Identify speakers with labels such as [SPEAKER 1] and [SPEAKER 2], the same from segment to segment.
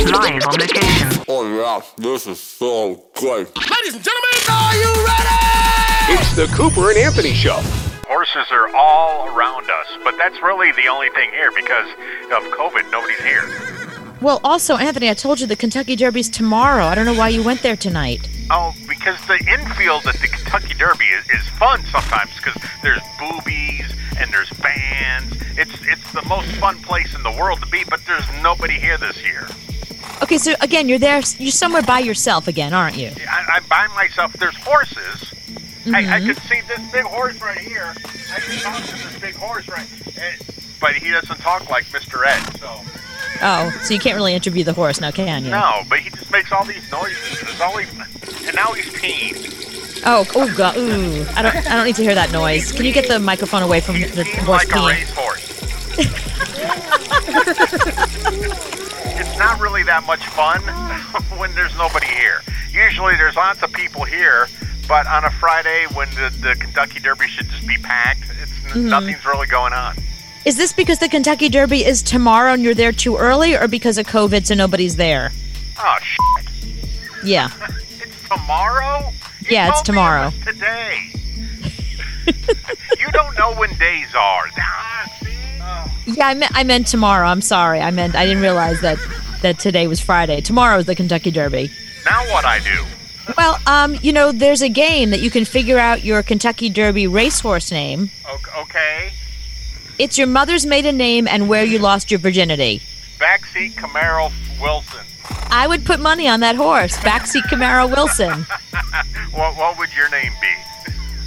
[SPEAKER 1] Live on location.
[SPEAKER 2] Oh yeah, this is so great.
[SPEAKER 3] Ladies and gentlemen, are you ready?
[SPEAKER 4] It's the Cooper and Anthony Show.
[SPEAKER 5] Horses are all around us, but that's really the only thing here because of COVID. Nobody's here.
[SPEAKER 6] Well, also, Anthony, I told you the Kentucky Derby's tomorrow. I don't know why you went there tonight.
[SPEAKER 5] Oh, because the infield at the Kentucky Derby is, is fun sometimes because there's boobies and there's bands. It's it's the most fun place in the world to be, but there's nobody here this year.
[SPEAKER 6] Okay, so again, you're there. You're somewhere by yourself again, aren't you?
[SPEAKER 5] I, I'm by myself. There's horses. I, I could see this big horse right here. I could talk to this big horse right, and, but he doesn't talk like Mr. Ed, so.
[SPEAKER 6] Oh, so you can't really interview the horse now, can you?
[SPEAKER 5] No, but he just makes all these noises. It's always, and now he's peeing.
[SPEAKER 6] Oh, oh god, ooh. I don't, I don't need to hear that noise. Can you get the microphone away from
[SPEAKER 5] He's
[SPEAKER 6] the
[SPEAKER 5] peeing
[SPEAKER 6] horse
[SPEAKER 5] like a
[SPEAKER 6] peeing?
[SPEAKER 5] racehorse. it's not really that much fun when there's nobody here. Usually there's lots of people here, but on a Friday when the, the Kentucky Derby should just be packed, it's
[SPEAKER 6] Mm-hmm.
[SPEAKER 5] nothing's really going on.
[SPEAKER 6] Is this because the Kentucky Derby is tomorrow and you're there too early, or because of COVID, so nobody's there?
[SPEAKER 5] Oh, shit.
[SPEAKER 6] Yeah.
[SPEAKER 5] It's tomorrow? You
[SPEAKER 6] Yeah, it's
[SPEAKER 5] told me it
[SPEAKER 6] tomorrow.
[SPEAKER 5] was today. you don't know when days are. Ah, see?
[SPEAKER 6] Yeah, I meant, I meant tomorrow. I'm sorry. I meant I didn't realize that that today was Friday. Tomorrow is the Kentucky Derby.
[SPEAKER 5] Now what I do?
[SPEAKER 6] Well, um, you know, there's a game that you can figure out your Kentucky Derby racehorse name.
[SPEAKER 5] O- Okay.
[SPEAKER 6] It's your mother's maiden name and where you lost your virginity.
[SPEAKER 5] Backseat Camaro Wilson.
[SPEAKER 6] I would put money on that horse, backseat Camaro Wilson,
[SPEAKER 5] What, what would your name be?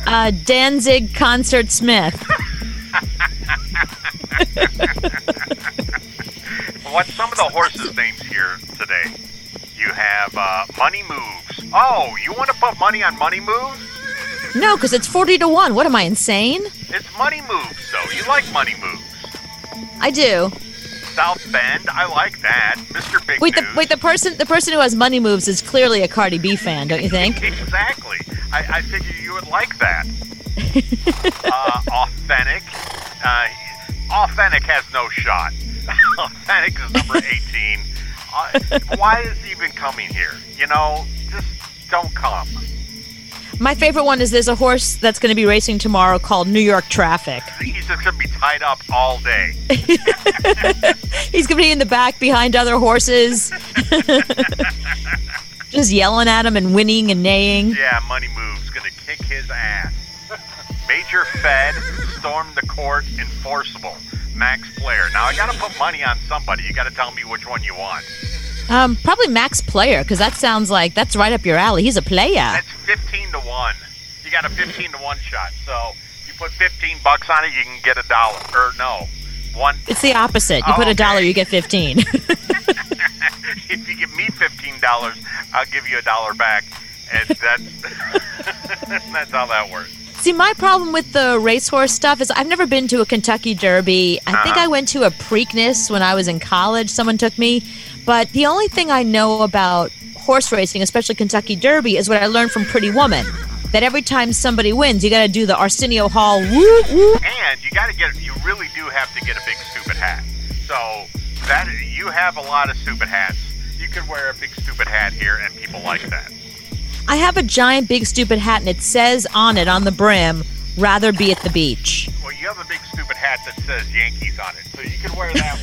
[SPEAKER 6] uh, Danzig Concert Smith.
[SPEAKER 5] What's some of the horses' names here today? You have uh, Money Moves. Oh, you want to put money on Money Moves?
[SPEAKER 6] No, because it's forty to one. What am I insane?
[SPEAKER 5] It's Money Moves, though. You like Money Moves.
[SPEAKER 6] I do.
[SPEAKER 5] South Bend, I like that. Mr. Big
[SPEAKER 6] Wait, the
[SPEAKER 5] News.
[SPEAKER 6] wait the person the person who has money moves is clearly a Cardi B fan, don't you think?
[SPEAKER 5] Exactly. I, I figure you would like that. uh, authentic. Uh, authentic has no shot. authentic is number 18. Uh, why is he even coming here? You know, just don't come.
[SPEAKER 6] My favorite one is there's a horse that's going to be racing tomorrow called New York Traffic.
[SPEAKER 5] He's just going to be tied up all day.
[SPEAKER 6] He's going to be in the back behind other horses, just yelling at him and winning and neighing.
[SPEAKER 5] Yeah, Money Move's going to kick his ass. Major Fed, Storm the Court, Enforceable, Max Blair. Now, I got to put money on somebody. You got to tell me which one you want.
[SPEAKER 6] Um, probably Max Player because that sounds like that's right up your alley. He's a player.
[SPEAKER 5] That's fifteen to one. You got a fifteen to one shot. So you put fifteen bucks on it, you can get a dollar. Or no, one.
[SPEAKER 6] It's the opposite. You put
[SPEAKER 5] Okay.
[SPEAKER 6] a dollar, you get fifteen.
[SPEAKER 5] if you give me fifteen dollars, I'll give you a dollar back. And that's that's how that works.
[SPEAKER 6] See, my problem with the racehorse stuff is I've never been to a Kentucky Derby. I think I went to a Preakness when I was in college. Someone took me. But the only thing I know about horse racing, especially Kentucky Derby, is what I learned from Pretty Woman. That every time somebody wins, you got to do the Arsenio Hall woo woo.
[SPEAKER 5] And you got to get. You really do have to get a big stupid hat. So that you have a lot of stupid hats. You could wear a big stupid hat here, and people like that.
[SPEAKER 6] I have a giant, big, stupid hat, and it says on it, on the brim, rather be at the beach.
[SPEAKER 5] Well, you have a big stupid hat that says Yankees on it, so you can wear that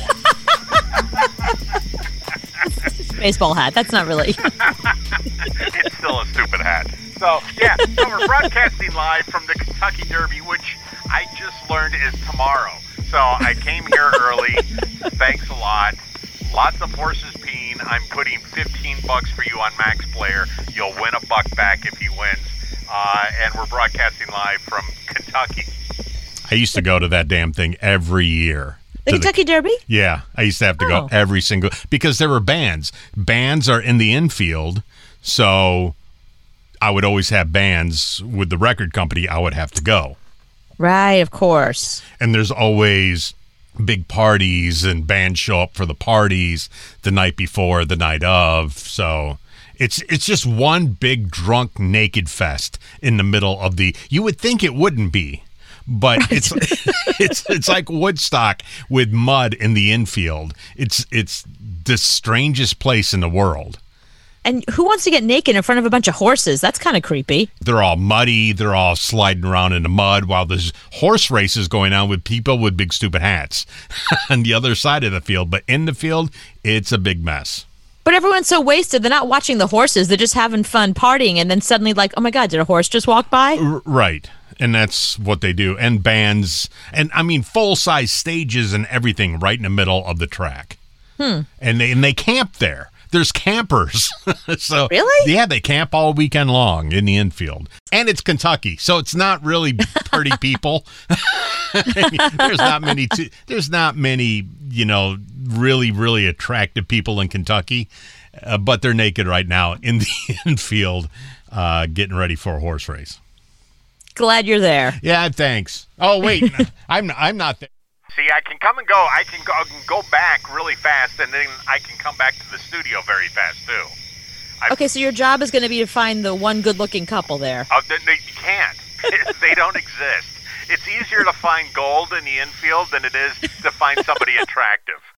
[SPEAKER 5] one.
[SPEAKER 6] Baseball hat. That's not really.
[SPEAKER 5] it's still a stupid hat. So yeah, so we're broadcasting live from the Kentucky Derby, which I just learned is tomorrow. So I came here early. Thanks a lot. Lots of horses peeing. I'm putting 15 bucks for you on Max Blair. You'll win a buck back if he wins. Uh, and we're broadcasting live from Kentucky.
[SPEAKER 7] I used to go to that damn thing every year.
[SPEAKER 6] The
[SPEAKER 7] To the-
[SPEAKER 6] Kentucky Derby?
[SPEAKER 7] yeah, I used to have to go
[SPEAKER 6] Oh.
[SPEAKER 7] every single because there were bands. Bands are in the infield, so I would always have bands with the record company. I would have to go,
[SPEAKER 6] Right, of course.
[SPEAKER 7] and there's always big parties and bands show up for the parties the night before, the night of. So it's it's just one big drunk naked fest in the middle of the. You would think it wouldn't be, but it's it's it's like Woodstock with mud in the infield. It's it's the strangest place in the world.
[SPEAKER 6] And who wants to get naked in front of a bunch of horses? That's kind of creepy.
[SPEAKER 7] They're all muddy. They're all sliding around in the mud while there's horse races going on with people with big stupid hats on the other side of the field. But in the field, it's a big mess.
[SPEAKER 6] But everyone's so wasted. They're not watching the horses. They're just having fun partying. And then suddenly, like, oh my God, did a horse just walk by?
[SPEAKER 7] R- right. And that's what they do. And bands, and I mean, full size stages and everything right in the middle of the track. Hmm. And they and they camp there. There's campers. so
[SPEAKER 6] Really?
[SPEAKER 7] Yeah, they camp all weekend long in the infield. And it's Kentucky, so it's not really pretty people. there's not many t- there's not many, you know, really really attractive people in Kentucky. Uh, but they're naked right now in the infield uh, getting ready for a horse race.
[SPEAKER 6] Glad you're there.
[SPEAKER 7] Yeah, thanks. Oh wait, I'm I'm not there.
[SPEAKER 5] See, I can come and go. I can go, I can go back really fast, and then I can come back to the studio very fast too.
[SPEAKER 6] Okay, so your job is going to be to find the one good looking couple there.
[SPEAKER 5] Uh, they, they, you can't. they don't exist. It's easier to find gold in the infield than it is to find somebody attractive.